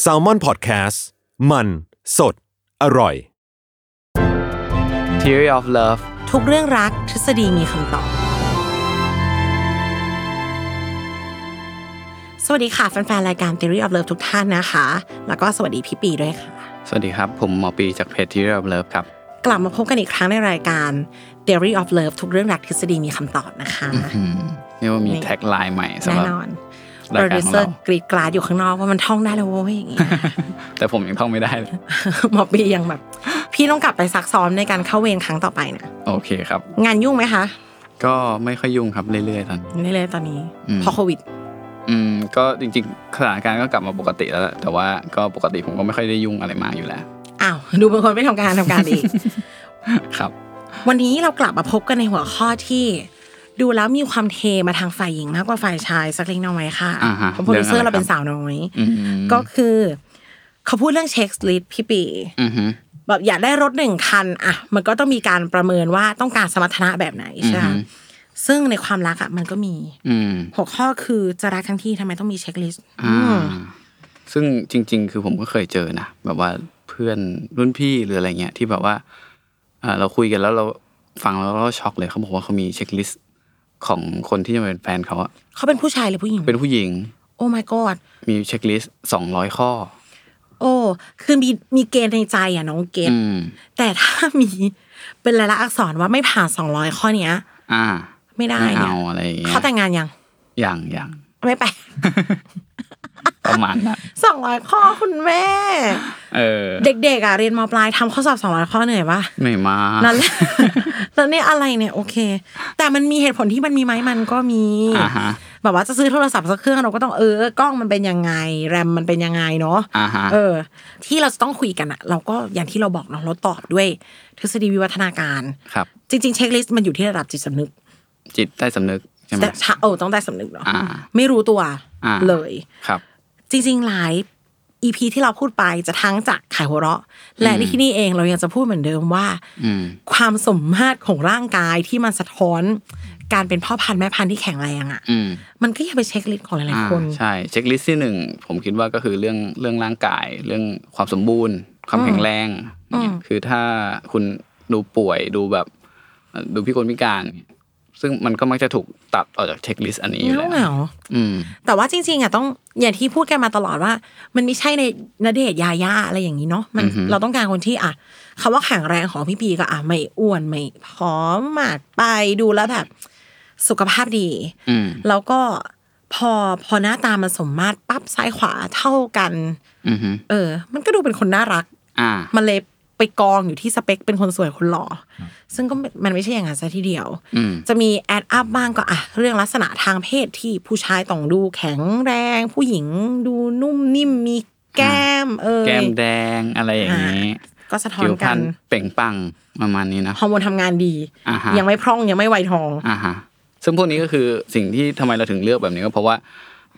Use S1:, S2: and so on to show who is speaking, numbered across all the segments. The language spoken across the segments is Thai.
S1: แซลมอนพอดแคสต์มันสดอร่อย
S2: Theory of Love
S3: ทุกเรื่องรักทฤษฎีมีคำตอบ สวัสดีค่ะ แฟนๆ รายการ Theory of Love ทุกท่านนะคะ แล้วก็สวัสดีพี่ปีด้วยค่ะ
S2: สวัสดีครับ ผมหมอปีจากเพจ Theory of Love ครับ
S3: กลับมาพบกันอีกครั้งในรายการ Theory of Love ทุกเรื่องรักทฤษฎีมีคำตอบนะคะ
S2: นี่ว่ามี
S3: นี่
S2: แท็กไลน์ใหม่สำ
S3: แน่
S2: หรับ
S3: นอนโป
S2: ราร ย
S3: ดิ
S2: กาว รของเรา
S3: เซอร์กรีดกราดอยู่ข้างนอกว่ามันท่องได้แล้วเว้ยอย่างงี้
S2: แต่ผมยังท่องไม่ได้เลย
S3: หมอปียังแบบ พี่ต้องกลับไปซักซ้อมในการเข้าเวรครั้งต่อไปนะ
S2: โอเคครับ
S3: งานยุ่งไหมคะ
S2: ก็ไม่ค่อยยุ่งครับเรื่อยๆตอนนี้
S3: นี่เลยตอนนี้
S2: อืม
S3: เพอโควิด
S2: อืมก็จริงๆสถานการณ์ก็กลับมาปกติแล้วแหละแต่ว่าก็ปกติผมก็ไม่ค่อยได้ยุ่งอะไรมากอยู่แล้ว
S3: อ้าวดูเป็นคนไม่ทำการทำการอีก
S2: ครับ
S3: วันนี้เรากลับมาพบกันในหัวข้อที่ ดูแล้วมีความเทมาทางฝ่ายหญิงมากกว่าฝ่ายชายสักเล็กน้อยค่ะ
S2: อ่าฮะ
S3: เพราะโปรดิวเซอร์
S2: เรื่องอะไร
S3: เราเป็
S2: ค
S3: น
S2: รับ
S3: สาวน้อย
S2: อืม
S3: ก็คือ เขาพูดเรื่องเช็คลิสต์พี่ปี
S2: อือฮึ
S3: แบบอยากได้รถหนึ่งคันอ่ะมันก็ต้องมีการประเมินว่าต้องการสมรรถนะแบบไหนใช่ไหมคะซึ่งในความรักอ่ะมันก็มี
S2: อืม
S3: หัวข้อคือจะรักทั้งที่ทำไมต้องมีเช็คลิสต์
S2: อ่าซึ่งจริง ๆ คือผมก็เคยเจอนะแบบว่าเพื่อนรุ่นพี่หรืออะไรเงี้ยที่แบบว่าอ่าเราคุยกันแล้วเราฟังแล้วเราช็อกเลยเขาบอกว่าเขามีเช็คลิสต์ของคนที่จะมาเป็นแฟนเขาอะ
S3: เขาเป็นผู้ชายหรือผู้หญิง
S2: เป็นผู้หญิง
S3: โอ้ my god
S2: มีเช็คลิสต์สองร้อยข้อ
S3: โอ้คือมีมีเกณฑ์ในใจอ่ะน้องเกณฑ
S2: อืม
S3: แต่ถ้ามีเป็นลายลักษณ์อักษรว่าไม่ผ่านสองร้อยข้อเนี้ย
S2: อ่า
S3: ไม่ได้
S2: ไม่
S3: เนี่ย
S2: เอาอะไรอย่างเงี้ย
S3: เขาแต่งงานยัง
S2: อย่างอย่าง
S3: ไม่ไป
S2: ประมาณนั้น
S3: สองร้อยข้อคุณแม่
S2: เออ
S3: เด็กๆอ่ะเรียนมปลายทำข้อสอบสองร้อยข้อเหนื่อยปะ
S2: ไม่มา
S3: นั่นแหละ แล้วเนี่ยอะไรเนี่ยโอเค แต่มันมีเหตุผลที่มันมีไหมมันก็มี
S2: อ่าฮะ
S3: แบบว่าจะซื้อโทรศัพท์สักเครื่องเราก็ต้องเออกล้องมันเป็นยังไง แรมมันเป็นยังไงเนาะ
S2: อ่าฮะ
S3: เออ ที่เราจะต้องคุยกันอะเราก็อย่างที่เราบอกเนาะเราตอบด้วย ทฤษฎีวิวัฒนาการ
S2: ครับ
S3: จริง ๆ เช็คลิสต์มันอยู่ที่ระดับจิตสำนึก
S2: จิตใต้สำนึกใช่ไหม
S3: แต่ชะโอ้ต้องได้สำนึกเนาะ
S2: อ่า
S3: ไม่รู้ตัว
S2: อ่า
S3: เลย
S2: ครับ
S3: จริง ๆ หลาย EP ที่เราพูดไปจะทั้งจากขายหัวเราะ และในที่นี่เองเรายังจะพูดเหมือนเดิมว่า
S2: อืม
S3: ความสมมาตรของร่างกายที่มันสะท้อน การเป็นพ่อพันธุ์แม่พันธุ์ที่แข็งแรงอ่ะ
S2: อืม
S3: มันก็อย่าไปเช็คลิสต์ของหลาย
S2: อ่า
S3: ๆคน
S2: ใช่เช็คลิสต์ที่หนึ่งผมคิดว่าก็คือเรื่องเรื่องร่างกาย เรื่องความสมบูรณ์ ความแข็งแรงเนี่ยคือถ้าคุณดูป่วยดูแบบเอ่อดูพิกลพิการ ซึ่งมันก็มักจะถูกตัดออกจากเช็คลิสต์อันนี้อยู่
S3: เงา
S2: แล้ว
S3: เหงา
S2: อืม
S3: แต่ว่าจริง ๆอ่ะต้องอย่างที่พูดกันมาตลอดว่า มันไม่ใช่ในนเดชน์ยาย่าอะไรอย่างนี้เนาะมันเราต้องการคนที่อ่ะคำว่าแข็งแรงของพี่ปีก็อ่ะไม่อ้วนไม่ผอมมากไปดูแล้วแบบ สุขภาพดี
S2: อืม
S3: แล้วก็พอพอหน้าตามันสมมาตรปั๊บซ้ายขวาเท่ากัน
S2: อือฮึ
S3: เออ มันก็ดูเป็นคนน่ารัก
S2: อ่า
S3: มันเลยไปกองอยู่ที่สเปคเป็นคนสวยคนหล่ออซึ่งก็ไม่มันไม่ใช่อย่างนั้นซะทีเดียว
S2: อืม
S3: จะมีแอดอัพบ้างก็อ่ะเรื่องลักษณะทางเพศที่ผู้ชายต้องดูแข็งแรง ผู้หญิงดูนุ่มนิ่มมีแก้ม เออ
S2: แก้มแดงอะไรอย่างนี้
S3: ก็สะท้อ
S2: ผิ
S3: น
S2: วพร
S3: กั
S2: ร
S3: น
S2: ณเปล่งปลังประมาณนี้นะ
S3: ฮอร์โมนทำงานดี
S2: อ่าฮะ
S3: ยังไม่พร่องยังไม่ไวทอง
S2: อ่าฮะซึ่งพวกนี้ก็คือสิ่งที่ทำไมเราถึงเลือกแบบนี้ก็เพราะว่า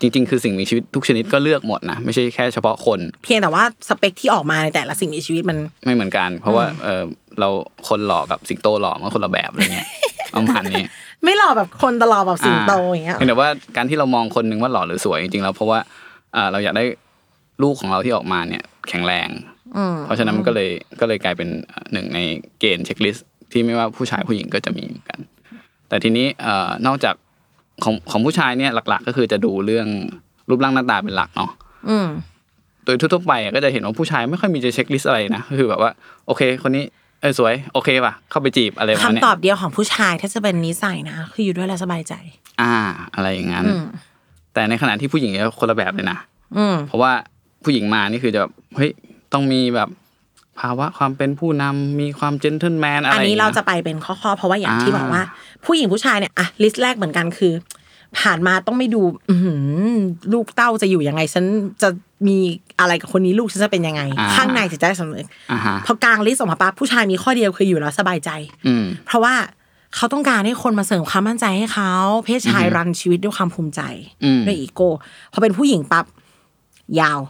S2: จริง ๆ คือสิ่งมีชีวิตทุกชนิดก็เลือกหมดนะ ไม่ใช่แค่เฉพาะคน
S3: เพียงแต่ว่าสเปคที่ออกมาในแต่ละสิ่งในชีวิตมัน
S2: ไม่เหมือนกัน เพราะว่าเออเราคนหล่อกับสิงโตหล่อมันคนละแบบอะไรเงี้ยประมาณนี้
S3: ไม่หล่อแบบคนตลอดแบบสิงโตอย่างเงี้ย
S2: เพียงแต่ว่าการที่เรามองคนหนึ่งว่าหล่อหรือสวยจริงๆแล้วเพราะว่าเอ่อเราอยากได้ลูกของเราที่ออกมาเนี่ย แข็งแรง
S3: อืม
S2: เพราะฉะนั้นมันก็เลยก็เลยกลายเป็นหนึ่งในเกณฑ์เช็คลิสต์ที่ไม่ว่าผู้ชายผู้หญิงก็จะมีเหมือนกัน แต่ทีนี้เอ่อนอกจากของของผู้ชายเนี่ยหลัก ๆ ก็คือจะดูเรื่องรูปร่างหน้าตาเป็นหลักเนาะ
S3: อืม
S2: โดยทั่วๆไปอะก็จะเห็นว่าผู้ชายไม่ค่อยมีจะเช็คลิสต์อะไรนะก็คือแบบว่าโอเค คนนี้เออสวยโอเคป่ะเข้าไปจีบอะไรประมาณ
S3: คำ
S2: เนี้
S3: ตอย บเดียวของผู้ชายถ้าจะเป็นนิสัยนะ คืออยู่ด้วยแล้วสบายใจ
S2: อ่า อะไรอย่างนั้น แต่ในขณะที่ผู้หญิงจะคนละแบบเลยนะ
S3: อืม
S2: เพราะว่าผู้หญิงมานี่คือจะแบบเฮ้ยต้องมีแบบภาวะความเป็นผู้นำมีความเจนเทิลแมนอะไร
S3: อัน
S2: ย่ง
S3: นี้
S2: งี้ย
S3: เราจะไปเป็นข้อๆ เพราะว่าอย่างที่
S2: อ่า
S3: บอกว่า ผู้หญิงผู้ชายเนี่ยอะลิสต์แรกเหมือนกันคือ ผ่านมาต้องไม่ดู อือหือลูกเต้าจะอยู่ยังไง ฉันจะ มีอะไรกับคนนี้ลูกฉันจะเป็นยังไง
S2: อ่า
S3: ข้างในจิตใจสำนึก
S2: อ่าฮะ
S3: พอกลางลิสต์ออกมาปั๊บผู้ชายมีข้อเดียวคืออยู่แล้วสบายใจ
S2: อืม
S3: เพราะว่าเขาต้องการให้คนมาเสริมความมั่นใจให้เขา เพศชายรันชีวิตด้วยความภูมิใจ
S2: อืม
S3: ด้วยอีโก้พอเป็นผู้หญิงปั๊บยาว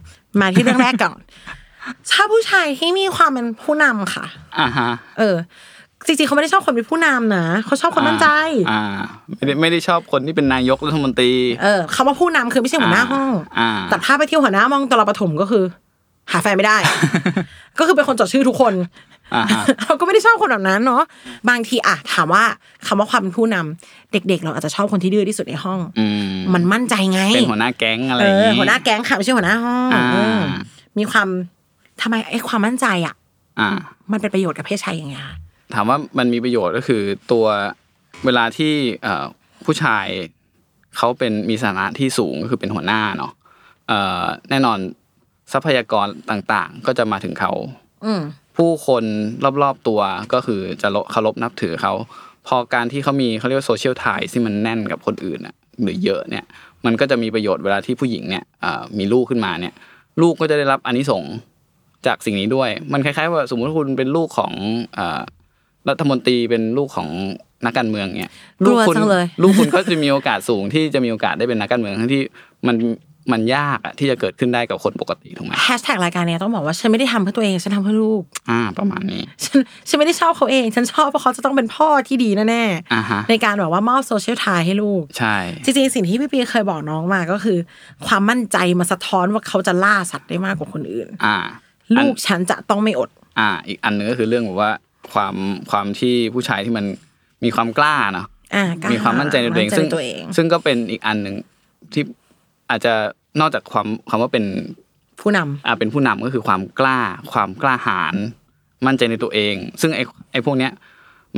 S3: มาที่เรื่องแรกก่อน ชอบผู้ชายที่มีความเป็นผู้นำค่ะ
S2: อ่าฮะ
S3: เออ จริงๆเขาไม่ได้ชอบคนเป็นผู้นำนะเขาชอบคนมั่นใจ
S2: อ่าไม่ได้ไม่ได้ชอบคนที่เป็นนายกรัฐมนตรี
S3: เออคำว่าผู้นำคือไม่ใช่หัวหน้าห้อง
S2: อ่า
S3: แต่ถ้าไปเที่ยวหัวหน้าห้องตอนเราประถมก็คือ หาแฟนไม่ได้ ก็คือเป็นคนจดชื่อทุกคน
S2: อ่าฮะ
S3: เราก็ไม่ได้ชอบคนแบบนั้นเนาะบางทีอะถามว่าคำว่าความเป็นผู้นำเด็ก ๆ เราอาจจะชอบคนที่ดื้อที่สุดในห้อง
S2: อืม
S3: มันมั่นใจไง
S2: เป็นหัวหน้าแก๊งอะไร
S3: เอ
S2: อย่าง
S3: อ
S2: งี้
S3: หัวหน้าแก๊งค่ะไม่ใช่หัวหน้าห้อง
S2: อ่า
S3: เออมีความทำไมไอ้ความมั่นใจอะ
S2: อ่า
S3: มันเป็นประโยชน์กับเพศชายยังไงคะ
S2: ถามว่ามันมีประโยชน์ก็คือตัวเวลาที่เอ่อผู้ชายเขาเป็นมีสถานะที่สูงก็คือเป็นหัวหน้าเนาะเอ่อแน่นอนทรัพยากรต่างๆ ก็จะมาถึงเขา
S3: อืม
S2: ผู้คนรอบๆตัวก็คือจะเคารพนับถือเขา พอการที่เขามีเขาเรียกว่าโซเชียลไทที่มันแน่นกับคนอื่นน่ะหรือเยอะเนี่ย มันก็จะมีประโยชน์เวลาที่ผู้หญิงเนี่ยเอ่อมีลูกขึ้นมาเนี่ย ลูกก็จะได้รับอานิสงส์จากสิ่งนี้ด้วย มันคล้ายๆว่าสมมติว่าคุณเป็นลูกของเอ่อ รัฐมนตรีเป็นลูกของนักการเมืองเนี่ย
S3: กลัว
S2: คุณ
S3: จังเลย
S2: ลูกคุณก็จะมีโอกาสสูงที่จะมีโอกาสได้เป็นนักการเมืองทั้งที่มันมันยากอะที่จะเกิดขึ้นได้กับคนปกติถูกไหม
S3: แฮชแท็กรายการเนี้ยต้องบอกว่าฉันไม่ได้ทำเพื่อตัวเองฉันทำเพื่อลูก
S2: อ่า ประมาณนี้
S3: ฉันฉันไม่ได้ชอบเขาเอง ฉันชอบเพราะเขาจะต้องเป็นพ่อที่ดีแน่
S2: อ่าฮะ
S3: ในการแบบว่ามอบโซเชียลไทยให้ลูก
S2: ใช่
S3: จริงๆ สิ่งที่พี่ปีเคยบอกน้องมาก็คือ ความมั่นใจมาสะท้อนว่าเขาจะล่าสัตว์ได้มากกว่าคนอื่น
S2: อ่า
S3: ลูกฉันจะต้องไม่อด
S2: อ่า อีกอันหนึงก็คือเรื่องแบบว่าความความที่ผู้ชายที่มันมีความกล้าเนาะ
S3: อ่ากล้
S2: มีความมั่นใจในตัวเอง
S3: มั่
S2: ซึ่ง
S3: ตัวเอง
S2: ซึ่งก็เป็นอีกอันหนึ่งที่อาจจะนอกจากความคำว่าเป็น
S3: ผู้นำ
S2: อ่าเป็นผู้นำก็คือความกล้า ความกล้าหาญมั่นใจในตัวเอง ซึ่งไอ้ไอ้พวกเนี้ย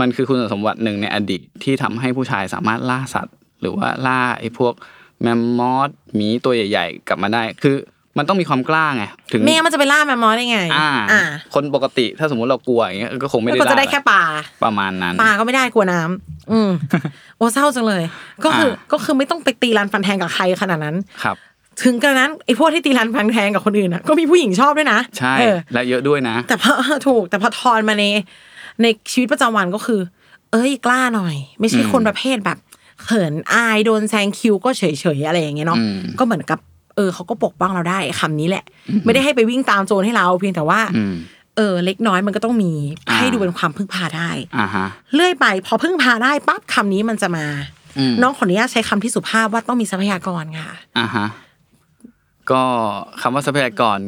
S2: มันคือคุณสมบัติหนึ่งในอดีตที่ทำให้ผู้ชายสามารถล่าสัตว์ หรือว่าล่าไอ้พวกแมมมอสหมีตัวใหญ่ ๆ กลับมาได้ คือมันต้องมีความกล้าไงถึง
S3: แม่มันจะไปล่าแมมมอสได้ไง
S2: อ่า
S3: อ่า
S2: คนปกติถ้าสมมุติเรากลัวอย่างเงี้ยก็คงไม่
S3: ไม่
S2: ได้
S3: ก็จะได้
S2: ล่า
S3: แค่ปลา
S2: ประมาณนั้น
S3: ปลาก็ไม่ได้กลัวน้ำอืมโอ้เศร้าจังเลย ก็คือ
S2: อ่า
S3: ก็คือไม่ต้องไปตีรันฟันแทงกับใครขนาดนั้น
S2: ครับ
S3: ถึงกระนั้นไอ้พวกที่ตีรันฟันแทงกับคนอื่นน่ะก็มีผู้หญิงชอบด้วยนะ
S2: ใช่
S3: เออ
S2: และเยอะด้วยนะ
S3: แต่พอ ถูกแต่พอทอนมาในในชีวิตประจำวันก็คือ เอ้ยกล้าหน่อย ไม่ใช่คนประเภทแบบเขินอายโดนแซงคิวก็เฉยเฉยๆอะไรอย่างเงี้ยเนาะ
S2: อืม
S3: ก็เหมือนกับ เออเขาก็ปกป้องเราได้คำนี้แหละ ไม่ได้ให้ไปวิ่งตามโจรให้เราเพียงแต่ว่า
S2: อืม
S3: เออ เล็กน้อยมันก็ต้องมี
S2: อ่า
S3: ให้ดูเป็นความพึ่งพาได้
S2: อ่าฮะ
S3: เลื่อยไป พอพึ่งพาได้ปั๊บคำนี้มันจะมา
S2: อืม
S3: น้องขออนุญาตใช้คำที่สุภาพว่าต้องมีทรัพยากรค่ะ
S2: อ่าฮะก็คำว่าทรัพยากร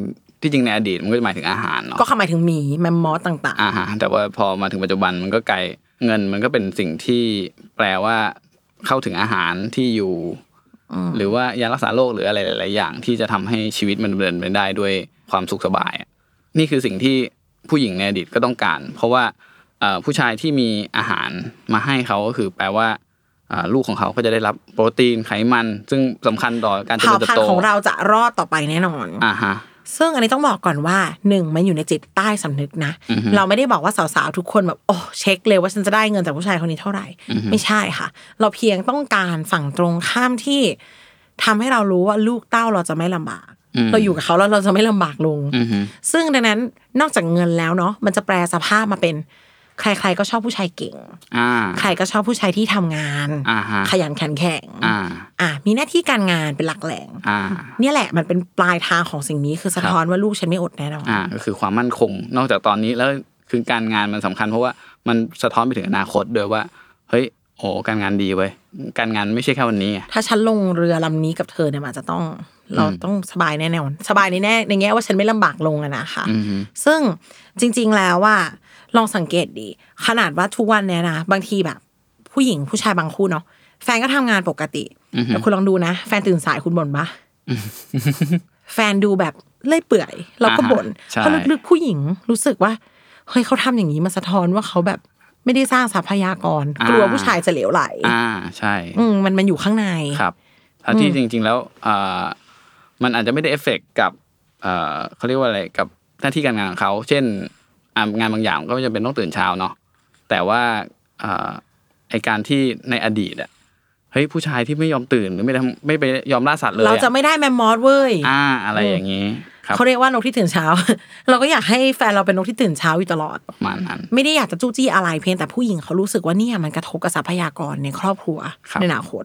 S2: ที่จริงในอดีตมันก็หมายถึงอาหารเนาะ
S3: ก็เข้าหมายถึงหมีแมมมอสต่าง
S2: อาหารแต่ว่าพอมาถึงปัจจุบันมันก็ไกลเงินมันก็เป็นสิ่งที่แปลว่าเข้าถึงอาหารที่อยู่ หรือว่ายารักษาโรคหรืออะไรหลาย ๆ อย่างที่จะทำให้ชีวิตมันดำเดินไปได้ด้วยความสุขสบายอะนี่คือสิ่งที่ผู้หญิงในอดีตก็ต้องการ เพราะว่าเอ่อผู้ชายที่มีอาหารมาให้เขาก็คือแปลว่าเอ่อลูกของเขาก็จะได้รับโปรตีนไขมัน ซึ่งสำคัญต่อการ
S3: ๆ
S2: เจ
S3: เผ่า
S2: ริญเติ
S3: พัน
S2: บโต
S3: ธุ์ของเราจะรอดต่อไปแน่นอน
S2: อ่าฮะ
S3: ซึ่งอันนี้ต้องบอกก่อนว่าหนึ่งมันอยู่ในจิตใต้สำนึกนะ เราไม่ได้บอกว่าสาวๆทุกคนแบบโอ้เช็คเลยว่าฉันจะได้เงินจากผู้ชายคนนี้เท่าไหร่ ไม่ใช่ค่ะ เราเพียงต้องการฝั่งตรงข้ามที่ทำให้เรารู้ว่าลูกเต้าเราจะไม่ลำบาก เราอยู่กับเขาแล้วเราจะไม่ลำบากลง ซึ่งดังนั้นนอกจากเงินแล้วเนาะมันจะแปลสภาพมาเป็น ใคร ๆ ก็ชอบผู้ชายเก่ง
S2: อ่า
S3: ใครก็ชอบผู้ชายที่ทำงาน
S2: อ่าฮะ
S3: ขยันขันแข็ง
S2: อ่า
S3: อ่ะมีหน้าที่การงานเป็นหลักแหล่ง
S2: อ่า
S3: เนี่ยแหละมันเป็นปลายทางของสิ่งนี้คือสะท้อนว่าลูกฉันไม่อดแน่นอน
S2: อ่าก็คือความมั่นคง นอกจากตอนนี้แล้วคือการงานมันสำคัญ เพราะว่ามันสะท้อนไปถึงอนาคตด้วยว่า เฮ้ยโอ้การงานดีเว้ยการงานไม่ใช่แค่วันนี้ไง
S3: ถ้าฉันลงเรือลำนี้กับเธอเนี่ยมันอาจจะต้องเราต้องสบายแน่นอนสบายในแน่ในแง่ว่าฉันไม่ลำบากลงอะนะคะ
S2: อืมฮึ
S3: ซึ่งจริง ๆแล้วว่าลองสังเกตดี ขนาดว่าทุกวันเนี่ยนะบางทีแบบ ผู้หญิงผู้ชายบางคู่เนาะแฟนก็ทำงานปกติแต่คุณลองดูนะ แฟนตื่นสายคุณบ่นปะแฟนดูแบบเล่อยเปื่อย เราก็บ่นเพราะลึกๆผู้หญิงรู้สึกว่าเฮ้ยเขาทำอย่างนี้มาสะท้อนว่าเขาแบบไม่ได้สร้างทรัพยากร กลัวผู้ชายจะเหลวไหล
S2: อ่าใช่
S3: อืมมันมันอยู่ข้างใน
S2: ครับถ้าที่จริง ๆ แล้วอ่ามันอาจจะไม่ได้เอฟเฟกกับเอ่อเขาเรียกว่าอะไรกับหน้าที่การงานของเขาเช่นอ่างานบางอย่างก็ไม่จำเป็นต้องตื่นเช้าเนาะแต่ว่าอ่าไอการที่ในอดีตอะ เฮ้ยผู้ชายที่ไม่ยอมตื่นหรือไม่ทำไม่ไปยอมล่าสัตว์เลยอ
S3: เราจะไม่ได้แมมมอสเว้ย
S2: อ่า อะไรอย่างนี้ครับ
S3: เขาเรียกว่านกที่ตื่นเช้า เราก็อยากให้แฟนเราเป็นนกที่ตื่นเช้าอยู่ตลอด
S2: ประมาณนั้น
S3: ไม่ได้อยากจะจู้จี้อะไรเพียงแต่ผู้หญิงเขารู้สึกว่าเนี่ยมันกระทบกับทรัพยากรในครอบครัว
S2: ครับ
S3: ในอนาคต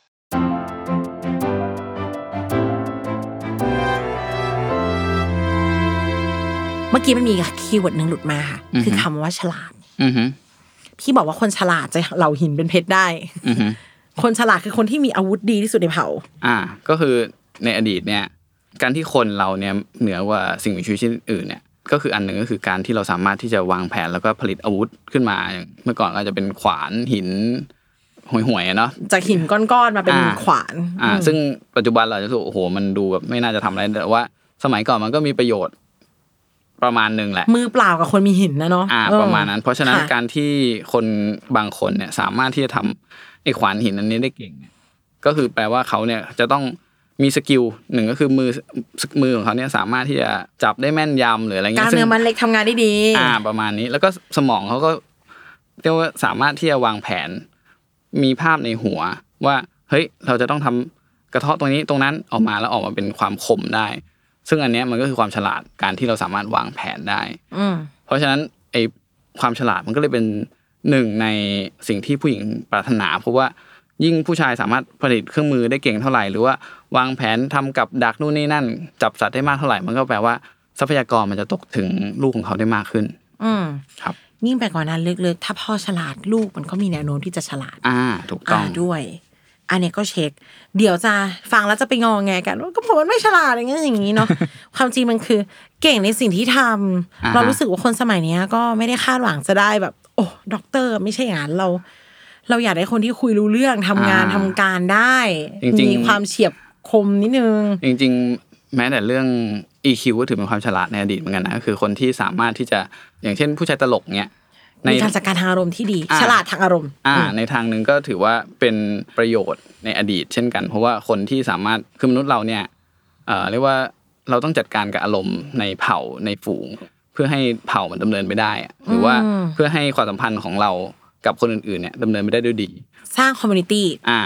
S3: เมื่อกี้มันมีคีย์เวิร์ดหนึ่งหลุดมาค่ะคือคำว่าฉลาด
S2: อือฮึ
S3: พี่บอกว่าคนฉลาดจะเหล่าหินเป็นเพชรได้
S2: อือฮึ
S3: คนฉลาดคือคนที่มีอาวุธดีที่สุดในเผ่า
S2: อ่าก็คือในอดีตเนี่ยการที่คนเราเนี่ยเหนือกว่าสิ่งมีชีวิตชนิดอื่นเนี่ยก็คืออันหนึ่งก็คือการที่เราสามารถที่จะวางแผนแล้วก็ผลิตอาวุธขึ้นมาอย่างเมื่อก่อนก็อาจจะเป็นขวานหินห่วยๆอะเนาะ
S3: จากหินก้อนๆมาเป็น
S2: อ่า
S3: ขวาน
S2: อ่า ซึ่งปัจจุบันเราอาจจะรู้สึกโอ้โหมันดูแบบไม่น่าจะทำอะไรแต่ว่า สมัยก่อนมันก็มีประโยชน์ประมาณหนึ่งแหละ
S3: มือเปล่ากับคนมีหินนะเนาะ
S2: อ่า
S3: เออ
S2: ประมาณนั้น เพราะฉะนั้น
S3: ค่
S2: การที่คนบางคนเนี่ยสามารถที่จะทำไอ้ขวานหินอันนี้ได้เก่งเนี่ยก็คือแปลว่าเขาเนี่ยจะต้องมีสกิลหนึ่งก็คือมือมือของเขาเนี่ยสามารถที่จะจับได้แม่นยำหรืออะไร
S3: กล้า
S2: เงี้
S3: ร
S2: ยซึ่
S3: เนื้อง มันเล็กทำงานได้ดี
S2: อ่าประมาณนี้ แล้วก็สมองเขาก็เรียกว่าสามารถที่จะวางแผน มีภาพในหัว ว่าเฮ้ยเราจะต้องทำกระเทาะตรงนี้ตรงนั้นออกมาแล้วออกมาเป็นความคมได้ ซึ่งอันเนี้ยมันก็คือความฉลาดการที่เราสามารถวางแผนได้
S3: อืม
S2: เพราะฉะนั้นไอความฉลาดมันก็เลยเป็นหนึ่งในสิ่งที่ผู้หญิงปรารถนา เพราะว่ายิ่งผู้ชายสามารถผลิตเครื่องมือได้เก่งเท่าไหร่ หรือว่าวางแผนทำกับดักนู่นนี่นั่น จับสัตว์ได้มากเท่าไหร่ มันก็แปลว่าทรัพยากรมันจะตกถึงลูกของเขาได้มากขึ้น
S3: อืม
S2: ครับ
S3: ยิ่งไปกว่านั้นลึกๆ ถ้าพ่อฉลาดลูกมันก็มีแนวโน้มที่จะฉลาด
S2: อ่า ถูกต้
S3: อ่า
S2: อง
S3: ด้วย อันเนี้ยก็เช็ค เดี๋ยวจะฟังแล้วจะไปงอแงกันว่าก็ผมมันไม่ฉลาดอย่างเงี้ยอย่างนี้เนาะ ความจริงมันคือ เก่งในสิ่งที่ทำ
S2: อ่าฮะ
S3: เรารู้สึกว่าคนสมัยเนี้ย ก็ไม่ได้คาดหวังจะได้แบบ โอ้ด็อกเตอร์ ไม่ใช่อย่างนั้นเรา เราอยากได้คนที่คุยรู้เรื่องทำงานทำการได้
S2: จริงๆ
S3: มีความเฉียบคมนิดนึง
S2: จริงๆ แม้แต่เรื่อง EQ ก็ถือเป็นความฉลาดในอดีตเหมือนกันนะก็คือคนที่สามารถที่จะอย่างเช่น ผู้ชายตลกเนี่ย
S3: มีการจัดการทางอารมณ์ที่ดี
S2: อ่า
S3: ฉลาดทางอารมณ์
S2: อ่า
S3: อืม
S2: ในทางหนึ่งก็ถือว่าเป็นประโยชน์ในอดีตเช่นกัน เพราะว่าคนที่สามารถคือมนุษย์เราเนี่ยเอ่อเรียกว่าเราต้องจัดการกับอารมณ์ในเผ่าในฝูง เพื่อให้เผ่ามันดำเนินไปได้อะหรือว่า
S3: อืม
S2: เพื่อให้ความสัมพันธ์ของเรากับคนอื่นๆเนี่ยดำเนินไปได้ด้วยดี
S3: สร้างคอมมูนิตี้
S2: อ่า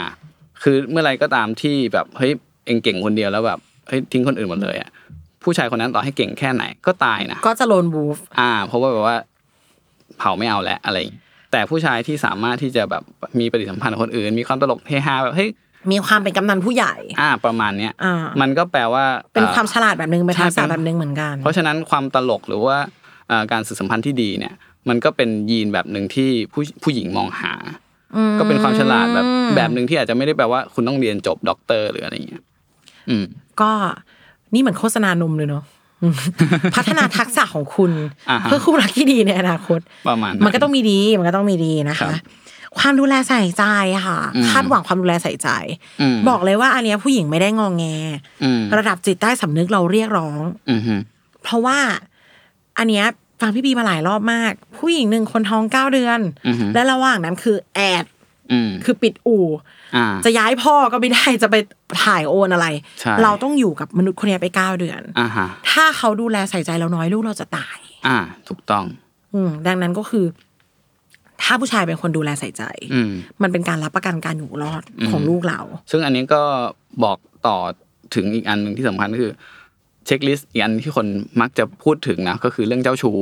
S2: คือเมื่อไรก็ตามที่แบบเฮ้ยเองเก่งคนเดียวแล้วแบบเฮ้ยทิ้งคนอื่นหมดเลยอ่ะผู้ชายคนนั้นต่อให้เก่งแค่ไหนก็ตายนะ
S3: ก็จะโลนบูฟ
S2: อ่า เพราะว่าแบบว่าเผาไม่เอาแล้วอะไรอย่างงี้แต่ผู้ชายที่สามารถที่จะแบบมีปฏิสัมพันธ์กับคนอื่น มีความตลกเฮฮาแบบเฮ้ย
S3: มีความเป็นกำนันผู้ใหญ่
S2: อ่าประมาณเนี้ย
S3: อ่ามั
S2: มันก็แปลว่า
S3: เป็น
S2: อ่อ
S3: ความฉลาดแบบนึงเป็น
S2: ใช่
S3: ทักษะ
S2: เป็น
S3: แบบนึงเหมือนกัน
S2: เพราะฉะนั้นความตลกหรือว่าเอ่อการสื่อสัมพันธ์ที่ดีเนี่ย มันก็เป็นยีนแบบหนึ่งที่ผู้ผู้หญิงมองหา ก็เป็นความฉลาดแบบแบบหนึ่งที่อาจจะไม่ได้แปลว่าคุณต้องเรียนจบด็อกเตอร์หรืออะไรอย่างเงี้ย อืม
S3: ก็นี่เหมือนโฆษณานมเลยเนาะ พัฒนาทักษะของคุณ
S2: อ่าฮะ
S3: เพื่อคู่รักที่ดีในอนาคต
S2: ประมาณ
S3: มันก็ต้องมีดี มันก็ต้องมีดีนะ
S2: ครั
S3: คะ
S2: บ
S3: ความดูแลใส่ใจค่ะ
S2: อืม
S3: คาดหวังความดูแลใส่ใจ
S2: อืม
S3: บอกเลยว่าอันเนี้ยผู้หญิงไม่ได้งองแง
S2: อืม
S3: ระดับจิตใต้สำนึกเราเรียกร้อง
S2: อืมฮึ
S3: เพราะว่าอันเนี้ยฟังพี่บีมาหลายรอบมาก ผู้หญิงหนึ่งคนท้องเก้าเดือน และระหว่างนั้นคือแอด
S2: อืม
S3: คือปิดอู่
S2: อ่า
S3: จะย้ายพ่อก็ไม่ได้ จะไปถ่ายโอนอะไร
S2: ใช่
S3: เราต้องอยู่กับมนุษย์คนเนี้ยไปเก้าเดือน
S2: อ่าฮะ
S3: ถ้าเขาดูแลใส่ใจเราน้อยลูกเราจะตาย
S2: อ่า ถูกต้อง
S3: อืมดังนั้นก็คือ ถ้าผู้ชายเป็นคนดูแลใส่ใจ
S2: อืม
S3: มันเป็นการรับประกันการอยู่รอดของลูกเรา
S2: ซึ่งอันนี้ก็บอกต่อถึงอีกอันหนึ่งที่สำคัญก็คือ เช็คลิสต์อีกอันที่คนมักจะพูดถึงนะก็คือเรื่องเจ้าชู้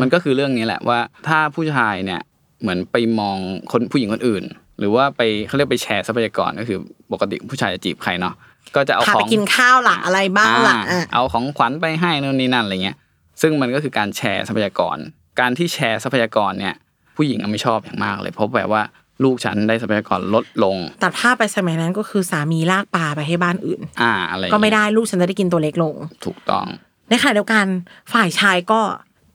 S2: มันก็คือเรื่องนี้แหละว่าถ้าผู้ชายเนี่ยเหมือนไปมองคนผู้หญิงคนอื่น หรือว่าไปเขาเรียกไปแชร์ทรัพยากรก็คือปกติผู้ชายจะจีบใครเนาะก็จะเอาข
S3: พาไป
S2: อง
S3: กินข้าวหลักอะไรบ้างหลัก
S2: อ่า
S3: อ่ะ
S2: เอาของขวัญไปให้นู่นนี่นั่นอะไรเงี้ย ซึ่งมันก็คือการแชร์ทรัพยากร การที่แชร์ทรัพยากรเนี่ย ผู้หญิงอะไม่ชอบอย่างมากเลยเพราะแปลว่าลูกฉันได้ทรัพยากรลดลง
S3: ตัดภาพไปสมัยนั้นก็คือสามีลากปลาไปให้บ้านอื่น
S2: อ่าอะไรอย่าง
S3: ก็
S2: เงี้ย
S3: ไม่ได้ลูกฉันจะได้กินตัวเล็กลง
S2: ถูกต้อง
S3: ใน ในขณะเดียวกันฝ่ายชายก็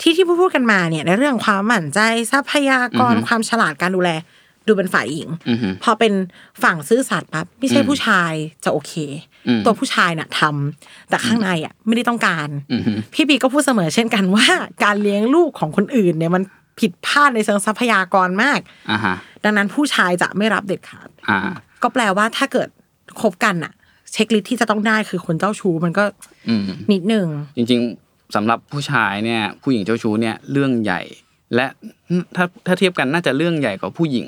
S3: ที่ที่พูดพูดกันมาเนี่ยในเรื่องความหมั่นใจทรัพยากรความฉลาดการดูแล ดูเป็นฝ่ายหญิง
S2: อือฮึ
S3: พอเป็นฝั่งซื่อสัตย์ปั๊บไม่ใช่ผู้ชายจะโอเค
S2: อืม
S3: ตัวผู้ชายน่ะทำแต่ข้างในอ่ะไม่ได้ต้องการ
S2: อือฮึ
S3: พี่บีก็พูดเสมอเช่นกันว่า การเลี้ยงลูกของคนอื่นเนี่ยมันผิดพลาดในเชิงทรัพยากรมาก
S2: อ่าฮะ
S3: ดังนั้นผู้ชายจะไม่รับเด็ดขาด
S2: อ่า
S3: ก็แปลว่าถ้าเกิดคบกันอะเช็คลิสต์ที่จะต้องได้คือคนเจ้าชู้มันก็
S2: อืม
S3: นิดหนึ่ง
S2: จริงๆสำหรับผู้ชายเนี่ย ผู้หญิงเจ้าชู้เนี่ยเรื่องใหญ่ และถ้าถ้าเทียบกันน่าจะเรื่องใหญ่กว่าผู้หญิง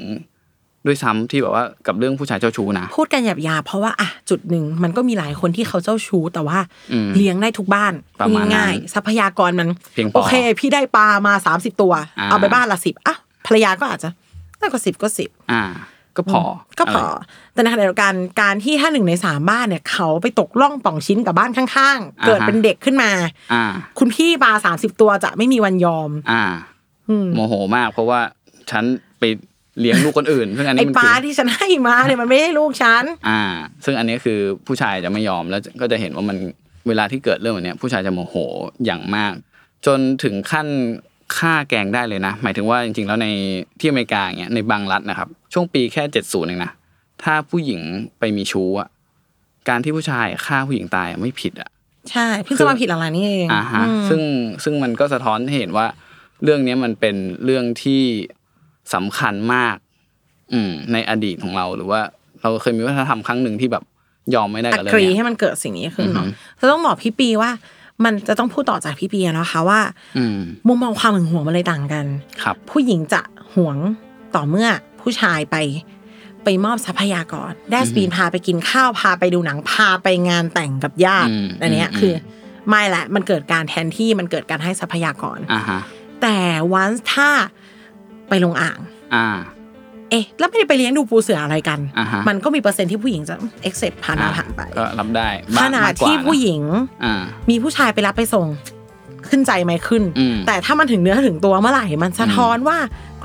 S2: ด้วยซ้ำที่แบบว่ากับเรื่องผู้ชายเจ้าชู้นะ
S3: พูดกันหยาบยาเพราะว่าอะจุดหนึ่งมันก็มีหลายคนที่เขาเจ้าชู้แต่ว่า
S2: อืม
S3: เลี้ยงได้ทุกบ้าน
S2: ประมาณนั้น
S3: ง่ายๆทรัพยากรมัน
S2: เพียงพอ
S3: โอเค พี่ได้ปลามาสามสิบตัว
S2: อ่า
S3: เอาไปบ้านละสิบอ่ะภรรยาก็อาจจะได้ก็สิบก็สิบ
S2: อ่า ก็พอ
S3: ก็พอ
S2: ะไร
S3: แต่ในขณะเดียวกันการที่ถ้าหนึ่งในสามบ้านเนี่ยเขาไปตกล่องป่องชิ้นกับบ้านข้าง
S2: อ่าฮะ
S3: ๆ เกิดเป็นเด็กขึ้นมา
S2: อ่า
S3: คุณพี่ปลาสามสิบตัวจะไม่มีวันยอม
S2: อ่า
S3: อืม
S2: โมโหมาก เพราะว่าฉันไปเลี้ยงลูกคนอื่น ซึ่งอัน
S3: ไอ้
S2: นี้มัน
S3: ป
S2: คื
S3: ลา
S2: อ
S3: ที่ฉันให้มาเนี่ยมันไม่ใช่ลูกฉัน
S2: อ่า ซึ่งอันนี้คือผู้ชายจะไม่ยอมแล้วก็จะเห็นว่ามันเวลาที่เกิดเรื่องแบบเนี้ย ผู้ชายจะโมโหอย่างมาก จนถึงขั้นฆ่าแกล้งได้เลยนะ หมายถึงว่าจริงๆ แล้วในที่อเมริกาอย่างเงี้ยในบางรัฐนะครับ ช่วงปีแค่เจ็ดศูนย์เองนะถ้าผู้หญิงไปมีชู้อะการที่ผู้ชายฆ่าผู้หญิงตายอะไม่ผิดอะ
S3: ใช่เพิ่งจะมาผิดอะไรนี่เอง
S2: อ่าฮะ
S3: อืม
S2: ซึ่งซึ่งมันก็สะท้อนให้เห็นว่า เรื่องเนี้ยมันเป็นเรื่องที่สำคัญมาก อืม ในอดีตของเราหรือว่า เราเคยมีวัฒนธรรมครั้งหนึ่งที่แบบยอมไม่ได้
S3: อั
S2: กับเรื่
S3: ก
S2: อง
S3: รี
S2: เนี้ย
S3: ให้มันเกิดสิ่งนี้ขึ้นเนาะ
S2: อือหื
S3: จะต้องบอกพี่ปีว่า มันจะต้องพูดต่อจากพี่ปีอะนะคะว่า
S2: อืม
S3: มุมมองความหึงหวงมันเลยต่างกัน
S2: ครับ
S3: ผู้หญิงจะหวงต่อเมื่อผู้ชายไป ไปมอบทรัพยากรแดสปีนพาไปกินข้าวพาไปดูหนังพาไปงานแต่งกับญาติ
S2: อืม
S3: อันเนี้ย
S2: อืม
S3: คือไม่ละมันเกิดการแทนที่มันเกิดการให้ทรัพยากร
S2: อ่าฮะ
S3: แต่วันถ้าไปลงอ่าง
S2: อ่า
S3: เอ๊ะแล้วไม่ได้ไปเลี้ยงดูปูเสืออะไรกัน
S2: อ่าฮะ
S3: มันก็มีเปอร์เซ็นต์ที่ผู้หญิงจะ accept ผ่านหน้าผ่านไป
S2: ก็รับได้
S3: ข
S2: บ้าง
S3: ณะ
S2: มากกว่
S3: ที่ผู้หญิง
S2: อ่า
S3: มีผู้ชายไปรับไปส่งขึ้นใจไหมขึ้น
S2: อืม
S3: แต่ถ้ามันถึงเนื้อถึงตัวเมื่อไหร่มันสะท้อนว่า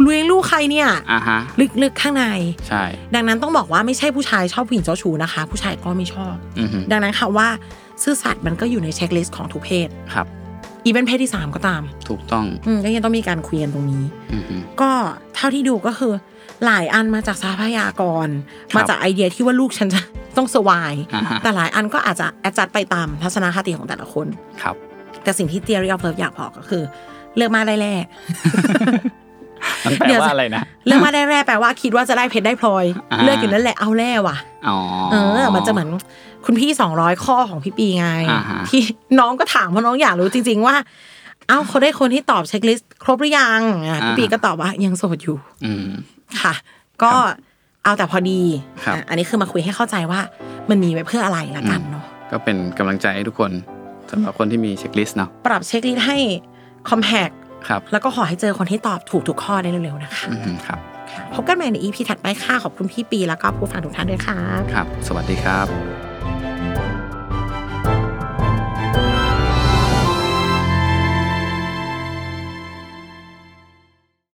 S3: เลี้ยงลูกใครเนี่ย
S2: อ่าฮะ
S3: ลึกๆข้างใน
S2: ใช่
S3: ดังนั้นต้องบอกว่าไม่ใช่ผู้ชายชอบผู้หญิงเจ้าชู้นะคะ ผู้ชายก็ไม่ชอบ
S2: อือฮึ
S3: ดังนั้นค่ะว่าซื่อสัตย์มันก็อยู่ในเช็คลิสต์ของทุกเพศ
S2: ครับ
S3: อีเวนเพศที่สามก็ตาม
S2: ถูกต้อง
S3: อืมก็ยังต้องมีการคุยกันตรงนี้
S2: อือฮึ
S3: ก็เท่าที่ดูก็คือ หลายอันมาจากทรัพยากร
S2: ครับ
S3: มาจากไอเดียที่ว่าลูกฉันจะต้องสวาย
S2: อ่าฮะ
S3: แต่หลายอันก็อาจจะแอดจัดไปตามทัศนคติของแต่ละคน
S2: ครับ
S3: แต่สิ่งที่ theory of love อยากบอกก็คือ เลือกมาได้แร่
S2: มันแปล
S3: เดี๋ยว
S2: ว่าอะไรนะ
S3: เลือกมาได้แร่แปลว่าคิดว่าจะได้เพชรได้พลอย
S2: อ่า
S3: เลือกอยู่นั่นแหละเอาแร่ว่ะ
S2: อ๋อ
S3: เออ มันจะเหมือนคุณพี่สองร้อยข้อของพี่ปีไง
S2: อ่าฮะ
S3: ที่น้องก็ถามเพราะน้องอยากรู้จริง ๆ ว่า เอ้าเขาได้คนที่ตอบเช็คลิสต์ครบหรือยังอ่ะพี่ปีก็ตอบว่ายังโสดอยู่
S2: อืม
S3: ค่ะ ก็เอาแต่พอดี
S2: ครับ
S3: อ่ะอันนี้คือมาคุยให้เข้าใจว่ามันมีไว้เพื่ออะไรละกันเนาะ
S2: ก็เป็นกำลังใจให้ทุกคนสำหรับคนที่มีเช็คลิสต์เนาะ
S3: ปรับเช็คลิสต์ให้คอมแพก
S2: ครับ
S3: แล้วก็ขอให้เจอคนที่ตอบถูกทุกข้อได้เร็วๆนะคะ
S2: อือฮึครับ
S3: พบกันใหม่ใน EP ถัดไปค่ะ ขอบคุณพี่ปีแล้วก็ผู้ฟังทุกท่านด้วยค่ะ
S2: ครับ สวัสดีครับ